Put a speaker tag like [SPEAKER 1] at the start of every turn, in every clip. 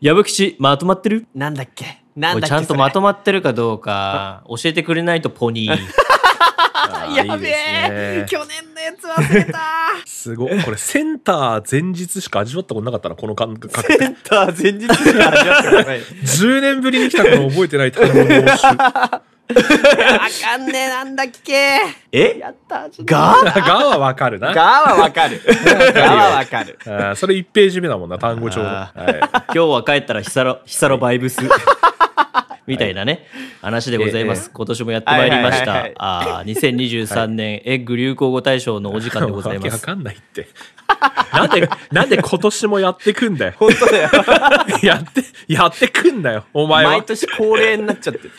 [SPEAKER 1] 矢吹吉まとまってる
[SPEAKER 2] なんだっけなんだっ
[SPEAKER 1] おい
[SPEAKER 2] け
[SPEAKER 1] ちゃんと
[SPEAKER 2] それ
[SPEAKER 1] まとまってるかどうか教えてくれないとポニーあー
[SPEAKER 2] や
[SPEAKER 1] い
[SPEAKER 2] べ
[SPEAKER 1] い
[SPEAKER 2] え
[SPEAKER 1] ですね
[SPEAKER 2] 去年のやつ忘れた
[SPEAKER 3] すごい。これセンター前日しか味わったことなかったな、この感覚。
[SPEAKER 1] センター前日しか味わって ない
[SPEAKER 3] 10年ぶりに来たから覚えてない単語の応酬
[SPEAKER 2] わかんねえなんだっけ
[SPEAKER 1] え
[SPEAKER 2] やったちょっと
[SPEAKER 1] が
[SPEAKER 3] がはわかるな。
[SPEAKER 2] がはわかるがはわかる
[SPEAKER 3] あーそれ1ページ目だもんな、単語帳の。
[SPEAKER 1] あ
[SPEAKER 3] は
[SPEAKER 1] 今日は帰ったらヒサロヒサロバイ ブスみたいなね、話でございます、今年もやってまいりました、
[SPEAKER 2] はいはいはいはい
[SPEAKER 1] ああ2023年、エッグ流行語大賞のお時間でござい
[SPEAKER 3] わけ
[SPEAKER 1] ま
[SPEAKER 3] わ
[SPEAKER 1] す
[SPEAKER 3] かんないって。なんで、なんで今年もやってくんだよ。
[SPEAKER 2] 本当だよ
[SPEAKER 3] やって、やってくんだよ、お前
[SPEAKER 2] 毎
[SPEAKER 3] は。
[SPEAKER 2] 年恒例になっちゃってる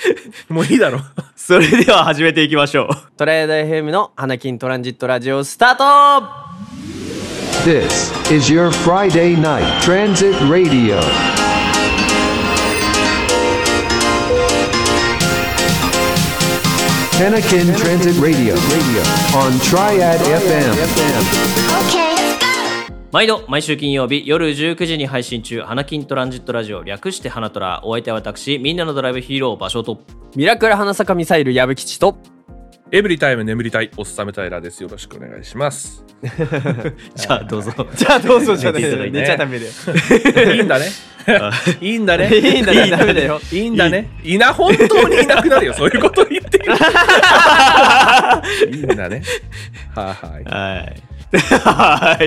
[SPEAKER 3] もういいだろ。
[SPEAKER 1] それでは始めていきましょう
[SPEAKER 2] トライアダイヘムの花金トランジットラジオスタート
[SPEAKER 4] This is your Friday night transit radio. Panakin Transit Radio on Triad FM.
[SPEAKER 1] 毎度毎週金曜日夜19時に配信中「花金トランジットラジオ」略して「花トラ」お相手は私みんなのドライブヒーロー場所と
[SPEAKER 2] ミラクル花坂ミサイル矢吹吉と
[SPEAKER 3] エブリタイム眠りたい、おっさめたいらです。よろしくお願いします。
[SPEAKER 1] じゃあどうぞ
[SPEAKER 2] じゃあどうぞじゃあ
[SPEAKER 3] 寝ていただいてね
[SPEAKER 2] 寝ちゃダメだよ
[SPEAKER 3] い いんだね。いいんだね。
[SPEAKER 2] いいんだねダメだよ
[SPEAKER 3] いいんだね。いな、本当にいなく なるよ。そういうこと言ってる。いいんだね。はいはい。
[SPEAKER 1] はい。はい。とは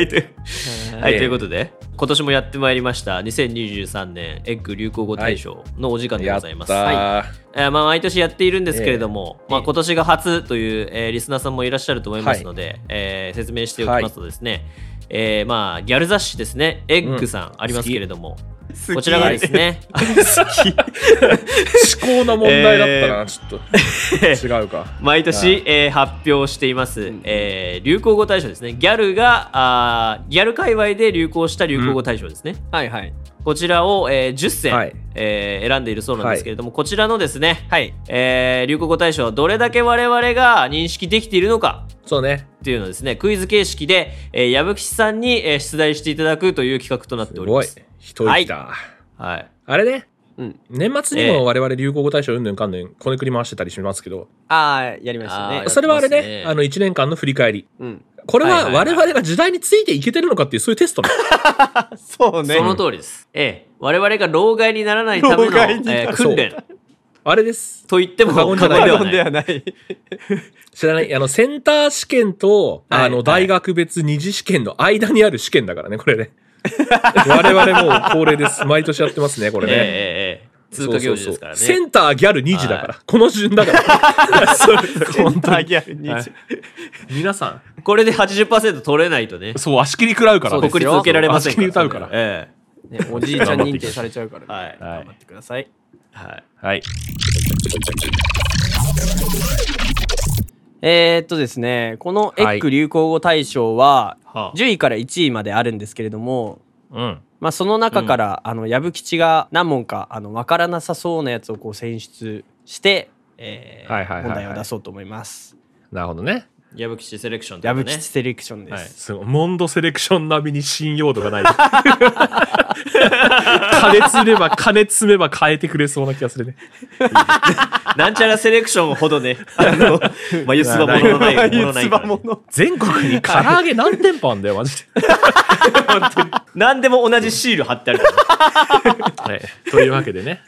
[SPEAKER 1] い、ということで、今年もやってまいりました、2023年エッグ流行語大賞のお時間で
[SPEAKER 3] や
[SPEAKER 1] ご
[SPEAKER 3] っ
[SPEAKER 1] ざ
[SPEAKER 3] た
[SPEAKER 1] います。はい
[SPEAKER 3] ー。
[SPEAKER 1] えーまあ、毎年やっているんですけれども、まあ、今年が初という、えーリスナーさんもいらっしゃると思いますので、えー説明しておきますとですね、えーまあ、ギャル雑誌ですね、エッグさんありますけれども、こちらがです ね、
[SPEAKER 3] 思考の問題だったな、
[SPEAKER 1] え
[SPEAKER 3] ちょっと。違うか。
[SPEAKER 1] 毎年、えー発表しています、えー流行語大賞ですねギャルがあーギャル界隈で流行した流行語大賞ですね、
[SPEAKER 2] はいはい
[SPEAKER 1] こちらを、えー10選、
[SPEAKER 3] はい
[SPEAKER 1] えー選んでいるそうなんですけれども、こちらのですね、えー流行語大賞どれだけ我々が認識できているのか
[SPEAKER 3] そうね。
[SPEAKER 1] っていうのをですねクイズ形式で、えー矢吹さんに、えー出題していただくという企画となって
[SPEAKER 3] す
[SPEAKER 1] おり
[SPEAKER 3] ご
[SPEAKER 1] ま
[SPEAKER 3] い
[SPEAKER 1] す。
[SPEAKER 3] 一息だ。
[SPEAKER 1] はい、
[SPEAKER 3] あれね
[SPEAKER 2] うん。
[SPEAKER 3] 年末にも我々流行語大賞うんぬんかんぬんこねくり回してたりしますけど、
[SPEAKER 2] ああやりました
[SPEAKER 1] あ
[SPEAKER 2] ね
[SPEAKER 1] ー
[SPEAKER 3] それはあ
[SPEAKER 1] や
[SPEAKER 3] れ
[SPEAKER 1] ってます
[SPEAKER 3] ね、
[SPEAKER 1] ね
[SPEAKER 3] あの1年間の振り返り。
[SPEAKER 2] うん
[SPEAKER 3] これ
[SPEAKER 1] はい
[SPEAKER 3] は
[SPEAKER 1] はいはい
[SPEAKER 3] 我々が時代についていけてるのかっていうそういうテストね。
[SPEAKER 2] そうね
[SPEAKER 1] その通りです、ええ我々が老害にならないため
[SPEAKER 2] 老
[SPEAKER 1] の、
[SPEAKER 2] 害にな
[SPEAKER 1] えー訓練
[SPEAKER 3] あれです。
[SPEAKER 1] と言っても
[SPEAKER 3] 過言じゃない
[SPEAKER 1] 過言では
[SPEAKER 2] 過
[SPEAKER 1] な
[SPEAKER 2] 言
[SPEAKER 1] い
[SPEAKER 2] ではない
[SPEAKER 3] 知らない。あの、センター試験と、
[SPEAKER 2] はい
[SPEAKER 3] あの、大学別二次試験の間にある試験だからね、これね。 我々もう恒例です。毎年やってますね、これ
[SPEAKER 1] ええ
[SPEAKER 3] ね。
[SPEAKER 1] ええええ通過行事ですからね。
[SPEAKER 3] そうそうそうセンターギャル2次だから。この順 だから。そう本当に。
[SPEAKER 2] ギャルに
[SPEAKER 3] 皆さ
[SPEAKER 1] これで80%取れないとね
[SPEAKER 3] ん、、そう、足切り食らうから
[SPEAKER 2] そうです
[SPEAKER 1] 国
[SPEAKER 2] よ
[SPEAKER 1] 立受けられません
[SPEAKER 3] 足切り歌うから
[SPEAKER 1] え
[SPEAKER 2] ねおじいちゃん認定されちゃうから、
[SPEAKER 1] えはい。
[SPEAKER 3] はい
[SPEAKER 2] 頑張ってください。
[SPEAKER 1] はい。
[SPEAKER 3] はい。
[SPEAKER 2] えー、っとですね、このエッグ流行語大賞は、
[SPEAKER 1] はあ
[SPEAKER 2] 10位から1位まであるんですけれども、
[SPEAKER 3] うん。
[SPEAKER 2] まあ、その中から、あの、矢吹吉が何問か、あの、わからなさそうなやつをこう選出して、えー
[SPEAKER 3] はいはいはいはい
[SPEAKER 2] 問題を出そうと思います。
[SPEAKER 3] なるほどね。
[SPEAKER 1] 矢吹市セレクションって
[SPEAKER 2] 矢
[SPEAKER 1] こと
[SPEAKER 2] 吹
[SPEAKER 1] ね
[SPEAKER 2] 吉。セレクションです。
[SPEAKER 3] すごい。モンドセレクション並みに信用度がない。 金積めば、金積めば変えてくれそうな気がするね。
[SPEAKER 1] なんちゃらセレクションほ どね、あの、眉唾もののない、ものないからね、
[SPEAKER 3] 全国に唐揚げ何店舗あんだよ、マジで。
[SPEAKER 1] 何でも同じシール貼ってあるからね。
[SPEAKER 3] はい、というわけでね、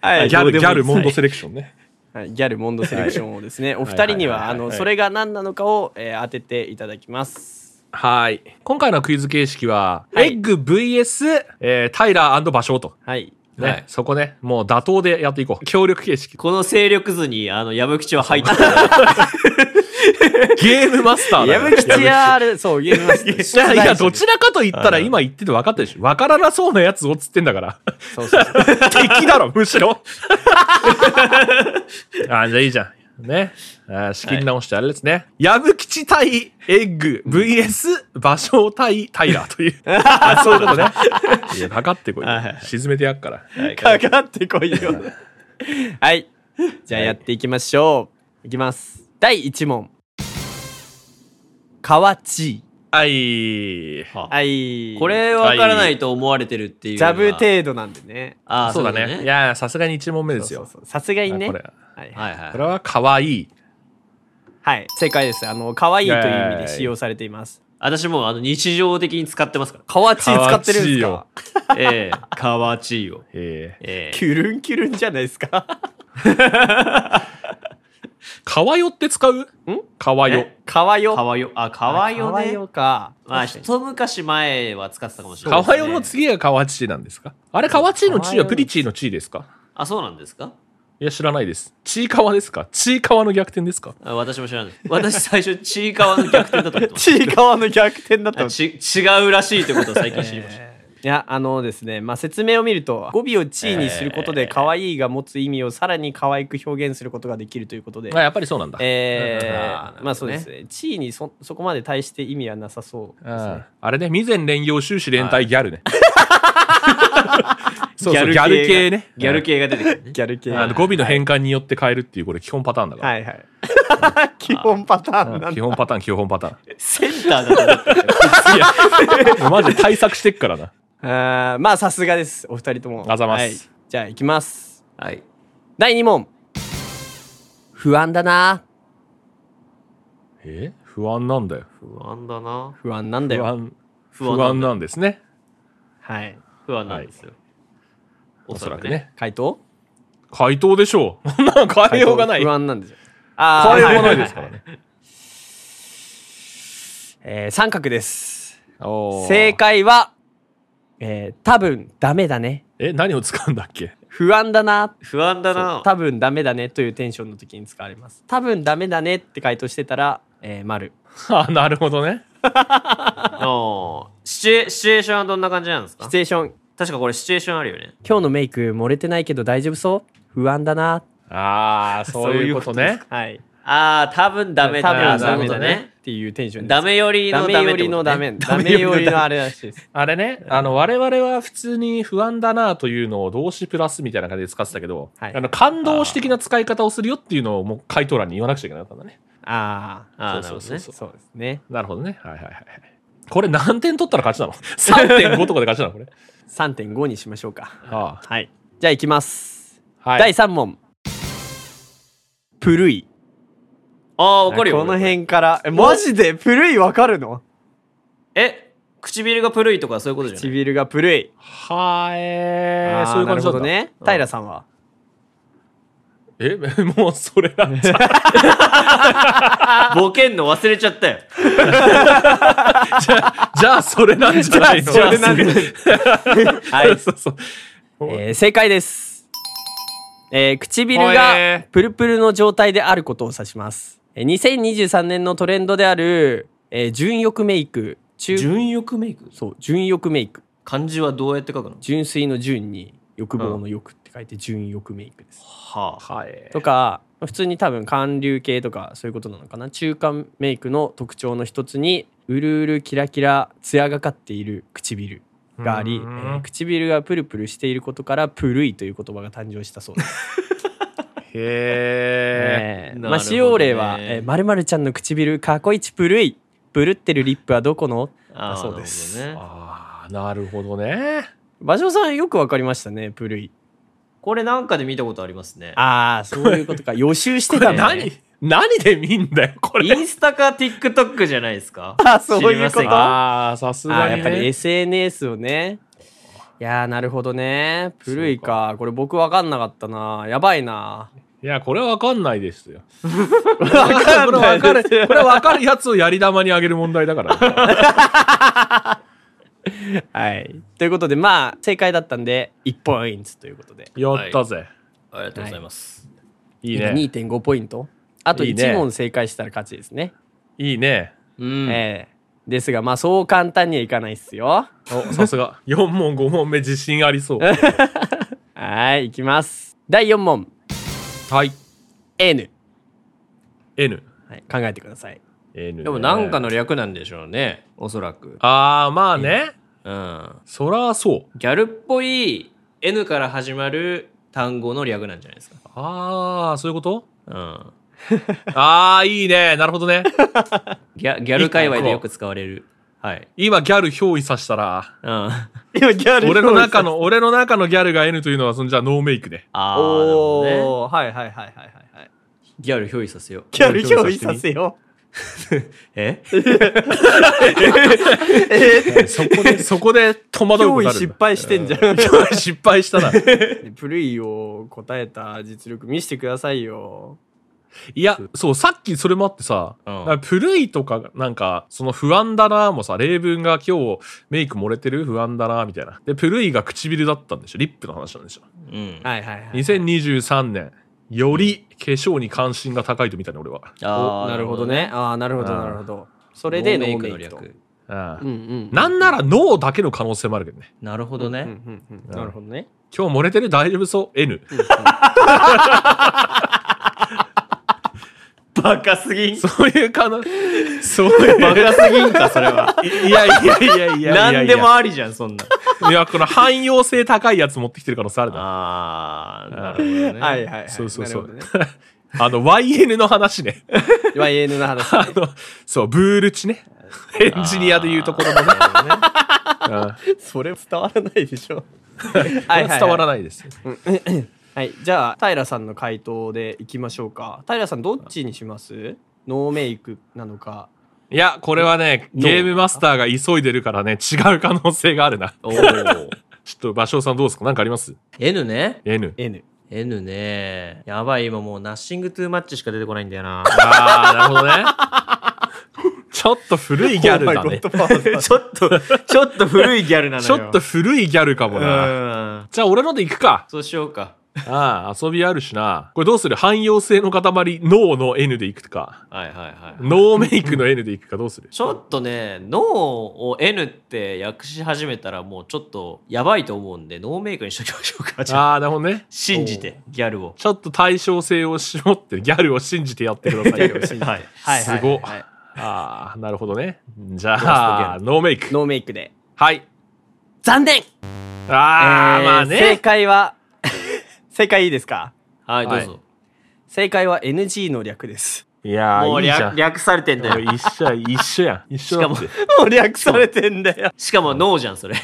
[SPEAKER 2] はい、
[SPEAKER 3] ギャルギャルモンド
[SPEAKER 2] セ
[SPEAKER 3] セレクションね。
[SPEAKER 2] レギャルモンドセレクションをですね、お二人には、あの、それが何なのかを、えー当てていただきます。
[SPEAKER 3] はい。今回のクイズ形式は、
[SPEAKER 2] はい
[SPEAKER 3] エッグ VS、えータイラー芭蕉と。
[SPEAKER 2] はい。
[SPEAKER 3] ね、
[SPEAKER 1] はい
[SPEAKER 3] そこね、もう妥当でやっていこう。協力形式。
[SPEAKER 1] この勢力図に、あの、矢吹市は入ってる。
[SPEAKER 3] ゲームマスターだ
[SPEAKER 2] 矢
[SPEAKER 3] よ
[SPEAKER 2] 吹吉はあれ、そう、言いますね。
[SPEAKER 3] いやいや、どちらかと言ったら今言ってて分かったでしょ。分からなそうなやつをっつってんだから。
[SPEAKER 2] そうそうそう。
[SPEAKER 3] 敵だろ、むしろ。 あ、じゃあいいじゃん。ね。あ仕切り直してあれですね。矢吹吉対エッグ VS 芭蕉対タイラーという。 あそういうことね。いや、かかってこいよ
[SPEAKER 1] はいは。
[SPEAKER 3] 沈めてやっから。
[SPEAKER 2] かかってこいよ。 はい。じゃあやっていきましょう。いきます。第1問。河内。
[SPEAKER 3] はい。
[SPEAKER 2] はい。
[SPEAKER 1] こ、れわからないと思われてるっていうの
[SPEAKER 2] ジ
[SPEAKER 1] は。
[SPEAKER 2] ャブ程度なんでね。
[SPEAKER 1] ああ、
[SPEAKER 3] そうだ
[SPEAKER 1] い
[SPEAKER 3] ね。い
[SPEAKER 1] ことはい
[SPEAKER 3] や、さすがに1問目です
[SPEAKER 2] そ
[SPEAKER 3] よ
[SPEAKER 2] う。そうさすがにね。
[SPEAKER 3] これ
[SPEAKER 2] はいはい。
[SPEAKER 1] はい
[SPEAKER 3] これは可愛い。
[SPEAKER 2] はい。正解です。あの、可愛いという意味で使用されています。
[SPEAKER 1] 私もうあの日常的に使ってますか
[SPEAKER 2] かわち使ってるんです
[SPEAKER 3] かわ
[SPEAKER 2] か
[SPEAKER 1] ら。ええかわちいよ。
[SPEAKER 3] ええ。
[SPEAKER 1] ええ
[SPEAKER 2] キュルンキュルンじゃないですか。
[SPEAKER 3] かわよって使うんかわよ。
[SPEAKER 2] かわよ。
[SPEAKER 1] かわよ。あ、かわよ
[SPEAKER 2] か
[SPEAKER 1] ね。
[SPEAKER 2] か。
[SPEAKER 1] まあ、
[SPEAKER 2] 確かに
[SPEAKER 1] 一昔前は使ってたかもしれな
[SPEAKER 3] か
[SPEAKER 1] い。
[SPEAKER 3] わよの次がかわちなんですかあれ、かわちのちはプリチのちですか
[SPEAKER 1] あ、そうなんですか
[SPEAKER 3] いや、知らないです。ちいかわですかちいかわの逆転ですか
[SPEAKER 1] あ私も知らない。 私最初、ちいかわの逆転だと思ってまし
[SPEAKER 2] ちいかわの逆転だった
[SPEAKER 1] た。
[SPEAKER 2] の
[SPEAKER 1] ち違うらしいってことを最近知りました。
[SPEAKER 2] いやあのですね、まあ、説明を見ると語尾を「地位」にすることで「可愛いが持つ意味をさらに可愛く表現することができるということで、
[SPEAKER 3] あやっぱりそうなんだ。
[SPEAKER 2] え
[SPEAKER 1] あ
[SPEAKER 2] ー
[SPEAKER 1] ー
[SPEAKER 2] まあそうですね地位にそそこまで対して意味はなさそうです
[SPEAKER 3] あ
[SPEAKER 2] ね
[SPEAKER 3] あれね、未然連用終始連帯ギャル ね。そうそう、ギ
[SPEAKER 1] ギ
[SPEAKER 3] ャ
[SPEAKER 1] ャ
[SPEAKER 3] ル
[SPEAKER 1] ル
[SPEAKER 3] 系
[SPEAKER 1] 系
[SPEAKER 3] ね。
[SPEAKER 1] ギャル系が出てくるね。
[SPEAKER 2] ギャル系
[SPEAKER 3] あ
[SPEAKER 2] は
[SPEAKER 3] の語尾の変換によって変えるっていう、これ基本パターンだから。
[SPEAKER 2] いはい基本パターンなん
[SPEAKER 3] 基
[SPEAKER 2] だ
[SPEAKER 3] 本パターン、基本パターン。
[SPEAKER 1] センターだと思って
[SPEAKER 3] いや、マジで対策してっからな。
[SPEAKER 2] あーまあさすがですお二人とも
[SPEAKER 3] あざます
[SPEAKER 2] はい、じゃあいきます
[SPEAKER 1] はい。
[SPEAKER 2] 第2問不安だな
[SPEAKER 3] え不安なんだよ。
[SPEAKER 1] 不安だな。
[SPEAKER 2] 不安なんだ
[SPEAKER 3] 不
[SPEAKER 2] よ
[SPEAKER 3] 安。
[SPEAKER 1] 不安
[SPEAKER 3] 不安なんですね。
[SPEAKER 2] はい
[SPEAKER 1] 不安なんですよ。
[SPEAKER 3] おそらく。ね。
[SPEAKER 2] 回答
[SPEAKER 3] 回答でしょう。そん なの変えようがない。
[SPEAKER 2] 不
[SPEAKER 3] 変
[SPEAKER 2] 安なんですよあー
[SPEAKER 3] えようがないですから ね。
[SPEAKER 2] えー三角です。
[SPEAKER 3] おー
[SPEAKER 2] 正解は、えー多分ダメだね。
[SPEAKER 3] え、何を使うんだっけ
[SPEAKER 2] 不安だな。
[SPEAKER 1] 不安だな。
[SPEAKER 2] 多分ダメだねというテンションの時に使われます。多分ダメだねって回答してたら、えー、丸。
[SPEAKER 3] あ、なるほどね。
[SPEAKER 1] ああシチュエシチュエーションはどんな感じなんですか
[SPEAKER 2] シチュエーション、
[SPEAKER 1] 確かこれシチュエーションあるよね。
[SPEAKER 2] 今日のメイク漏れてないけど大丈夫そう不安だな。
[SPEAKER 3] ああ、そういうことね。
[SPEAKER 2] はい。
[SPEAKER 1] ああ、多分ダメ
[SPEAKER 2] 多
[SPEAKER 1] だ
[SPEAKER 2] 分
[SPEAKER 1] な。
[SPEAKER 2] ダ
[SPEAKER 1] ダ
[SPEAKER 2] メ
[SPEAKER 1] メ
[SPEAKER 2] だ
[SPEAKER 1] だ
[SPEAKER 2] ね
[SPEAKER 1] ね。
[SPEAKER 2] っていうテンションです。
[SPEAKER 1] ダメより
[SPEAKER 2] ダ
[SPEAKER 1] の
[SPEAKER 2] メ
[SPEAKER 1] ダメ
[SPEAKER 2] よりのダメ。ダメよりのあれらしいです。
[SPEAKER 3] あれね、あの、我々は普通に不安だなというのを動詞プラスみたいな感じで使ってたけど、
[SPEAKER 2] はい
[SPEAKER 3] あの、感動詞的な使い方をするよっていうのをもう回答欄に言わなくちゃいけなかったんだね。
[SPEAKER 2] ああ、
[SPEAKER 1] ああ、な
[SPEAKER 3] そ
[SPEAKER 1] る
[SPEAKER 3] う
[SPEAKER 1] ほ
[SPEAKER 3] そ
[SPEAKER 1] ど
[SPEAKER 3] う
[SPEAKER 1] ね
[SPEAKER 3] そ。う
[SPEAKER 2] そうですね。
[SPEAKER 3] なるほどね。はいはいはいはい。これ何点取ったら勝ちなの ?3.5 とかで勝ちなのこれ。
[SPEAKER 2] 3.5にしましょうか。
[SPEAKER 3] あ
[SPEAKER 2] はい。じゃあ行きます。
[SPEAKER 3] あ。はい。
[SPEAKER 2] 第3問。プルイ。
[SPEAKER 1] ああ、わかるよ。
[SPEAKER 2] この辺から。え、マジでプルイわかるの
[SPEAKER 1] え、唇がプルイとかそういうことじゃない
[SPEAKER 2] 唇がプルイ。
[SPEAKER 3] はーえ
[SPEAKER 2] あー
[SPEAKER 3] ー、そういう感じなん
[SPEAKER 2] なるほ
[SPEAKER 3] だ。
[SPEAKER 2] どね。平さんは。
[SPEAKER 3] え、もうそれなんじ ゃ。
[SPEAKER 1] ボケんの忘れちゃったよ。
[SPEAKER 3] じゃあそれなんじゃないの
[SPEAKER 2] じゃあそれなんじゃない
[SPEAKER 3] はい。 そうそう。
[SPEAKER 2] えー正解です。えー唇
[SPEAKER 3] ほ
[SPEAKER 2] が
[SPEAKER 3] え
[SPEAKER 2] プルプルの状態であることを指します。えー2023年のトレンドである、えー純欲メイク。中
[SPEAKER 1] 純欲メイク
[SPEAKER 2] そう、純欲メイク。
[SPEAKER 1] 漢字はどうやって書くの
[SPEAKER 2] 純粋の純に欲望の欲って書いて純欲メイクです。
[SPEAKER 1] はあ。
[SPEAKER 3] はい。
[SPEAKER 2] とか普通に多分韓流系とかそういうことなのかな中間メイクの特徴の一つにうるうるキラキラ艶がかっている唇があり、え
[SPEAKER 3] うん
[SPEAKER 2] ー唇がプルプルしていることからプルイという言葉が誕生したそうです、
[SPEAKER 3] へえ。
[SPEAKER 2] え
[SPEAKER 1] なる
[SPEAKER 2] ー
[SPEAKER 1] ほどね
[SPEAKER 2] まあ、使用例は「まる、まるちゃんの唇過去一プルイ」「プルってるリップはどこの?」
[SPEAKER 1] あ
[SPEAKER 2] だ
[SPEAKER 1] あ
[SPEAKER 2] そうです、
[SPEAKER 1] なるほどね
[SPEAKER 3] ああ、なるほどね。
[SPEAKER 2] 馬上さんよくわかりましたねプルイ
[SPEAKER 1] これなんかで見たことありますね。
[SPEAKER 2] ああそういうことか予習してたんだね
[SPEAKER 3] 何何で見んだよ、こ
[SPEAKER 1] イ
[SPEAKER 3] れ。
[SPEAKER 1] ンスタか TikTok じゃないですか
[SPEAKER 2] あそういうこ
[SPEAKER 1] 知
[SPEAKER 2] と
[SPEAKER 1] りませんが
[SPEAKER 3] ああ、さす
[SPEAKER 2] あ
[SPEAKER 3] が
[SPEAKER 2] ーやっ
[SPEAKER 3] に、
[SPEAKER 2] ぱり
[SPEAKER 3] ね。
[SPEAKER 2] SNS をねいやーなるほどねプルイかこれ僕分かんなかったなやばいない
[SPEAKER 3] や、これはわかんないですよ。これはわかる、わかる、これはわかるやつをやり玉にあげる問題 だからね。
[SPEAKER 2] はいということでまあ正解だったんで1ポイントということで
[SPEAKER 3] やったぜ。
[SPEAKER 1] ありがとうございます。
[SPEAKER 3] いい
[SPEAKER 2] 今
[SPEAKER 3] ね。
[SPEAKER 2] 2.5ポイントあと
[SPEAKER 3] いいね
[SPEAKER 2] 1問正解したら勝ちですね
[SPEAKER 3] いいね。
[SPEAKER 1] うん
[SPEAKER 2] えーですがまあそう簡単にはいかないっすよ
[SPEAKER 3] お、さす が。4問、5問目、自信ありそう。
[SPEAKER 2] はいいきます第4問
[SPEAKER 3] はい。
[SPEAKER 2] N、
[SPEAKER 3] N。
[SPEAKER 2] はい、考えてください
[SPEAKER 3] N ね。
[SPEAKER 1] でもなんかの略なんでしょうね。おそらく。
[SPEAKER 3] ああ、まあね。
[SPEAKER 1] うん。
[SPEAKER 3] そらそう。
[SPEAKER 1] ギャルっぽい N から始まる単語の略なんじゃないですか。
[SPEAKER 3] ああ、そういうこと
[SPEAKER 1] うん。
[SPEAKER 3] ああ、いいね。なるほどね。
[SPEAKER 1] ギャギャル界隈でよく使われる。はい。
[SPEAKER 3] 今ギャル憑依さしたら、
[SPEAKER 1] うん。あ
[SPEAKER 2] 今ギャル
[SPEAKER 3] 俺の中の、俺の中のギャルが N というのは、そのじゃあノーメイクで。
[SPEAKER 1] あー、なるほどね。
[SPEAKER 2] おお、はいはいはいはいはいはい。
[SPEAKER 1] ギャル憑依させよう。
[SPEAKER 2] ギャル憑依させよう。
[SPEAKER 1] え
[SPEAKER 3] そこ で、そこで戸惑うこと
[SPEAKER 2] 憑依
[SPEAKER 3] になるん
[SPEAKER 2] 失
[SPEAKER 3] だ。
[SPEAKER 2] 敗してんじゃん。
[SPEAKER 3] 憑依失敗したな。
[SPEAKER 2] プルイを答えた実力見せてくださいよ。
[SPEAKER 3] いや、そう、さっきそれもあってさ、
[SPEAKER 1] うん
[SPEAKER 3] なんかプルイとか、なんか、その不安だなもさ、例文が今日メイク漏れてる不安だなみたいな。で、プルイが唇だったんでしょリップの話なんでしょ
[SPEAKER 1] うん。
[SPEAKER 2] はいはいはい。
[SPEAKER 3] 2023年、より化粧に関心が高いと見たね、俺は。
[SPEAKER 1] あー
[SPEAKER 2] おなるほど。ね。ああ、なるほどなるほど。そ
[SPEAKER 1] こ
[SPEAKER 2] れでノーメイクと。
[SPEAKER 3] ああ
[SPEAKER 2] うんうん。
[SPEAKER 3] なんなら脳だけの可能性もあるけどね。
[SPEAKER 1] なるほど
[SPEAKER 2] うんう
[SPEAKER 1] ね。
[SPEAKER 2] んうんなるほどね。
[SPEAKER 3] 今日漏れてる大丈夫そう ?N。
[SPEAKER 1] バカすぎん。
[SPEAKER 3] そういう可能、そういう。
[SPEAKER 1] バカすぎんか、それは。
[SPEAKER 3] いやいやいやいやいやいや。
[SPEAKER 1] 何でもありじゃん、そんな。
[SPEAKER 3] いや、この汎用性高いやつ持ってきてる可能性あるな。
[SPEAKER 1] あー、なるほどね。
[SPEAKER 2] はいはいはい。
[SPEAKER 3] そうそうそう。
[SPEAKER 2] なる
[SPEAKER 3] あの、YN の話 ね。
[SPEAKER 2] ほどね。YN の話。
[SPEAKER 3] あの、そう、ブールチね。エンジニアで言うところのね。
[SPEAKER 2] それ伝わらないでしょ。 はいはい。
[SPEAKER 3] 伝わらないです。
[SPEAKER 2] はい、じゃあ平さんの回答でいきましょうか平さんどっちにしますノーメイクなのか
[SPEAKER 3] いや、これはね、ゲームマスターが急いでるからね、違う可能性があるな。
[SPEAKER 1] おー。
[SPEAKER 3] ちょっと、場所さんどうですかなんかあります
[SPEAKER 1] N ね
[SPEAKER 3] ?N。
[SPEAKER 2] N
[SPEAKER 1] N ねやばい今もうナッシングトゥーマッチしか出てこないんだよな
[SPEAKER 3] あー、なるほどね。 ちょっと古いギャ ルだね。
[SPEAKER 1] ちょっとちょっと古いギャルなのよ
[SPEAKER 3] ちょっと古いギャルかも
[SPEAKER 1] う
[SPEAKER 3] な。
[SPEAKER 1] ん
[SPEAKER 3] じゃあ、俺ので行くか。
[SPEAKER 1] そうしようか
[SPEAKER 3] ああ、遊びあるしな。これどうする汎用性の塊、脳の N でいくか。
[SPEAKER 1] はいはいはい
[SPEAKER 3] ノーメイクの N でいくかどうする
[SPEAKER 1] ちょっとね脳を N って訳し始めたらもうちょっとやばいと思うんでノーメイクにしときましょうかじゃあ
[SPEAKER 3] ああ、なるほどね。
[SPEAKER 1] 信じてギャルを
[SPEAKER 3] ちょっと対称性を絞って、ギャルを信じてやってくださいよ。
[SPEAKER 1] はい
[SPEAKER 2] はいはい
[SPEAKER 3] すごっ
[SPEAKER 2] はい
[SPEAKER 3] ああ、なるほどね。じゃあ、ノーメイク。
[SPEAKER 2] ノーメイクで
[SPEAKER 3] はい。
[SPEAKER 2] 残念
[SPEAKER 3] ああ、
[SPEAKER 2] えー
[SPEAKER 3] まあ
[SPEAKER 2] 正
[SPEAKER 3] ね。
[SPEAKER 2] 解は 正解いいですか
[SPEAKER 1] はいどうぞ
[SPEAKER 2] 正解は NG の略です
[SPEAKER 3] いやー、
[SPEAKER 1] もう
[SPEAKER 3] いいじゃ
[SPEAKER 1] 略
[SPEAKER 3] ん。
[SPEAKER 1] 略されてんだよ
[SPEAKER 3] もう一緒や、一緒やん。一緒だって。
[SPEAKER 2] もう略されてんだよ
[SPEAKER 1] しかも脳じゃん それ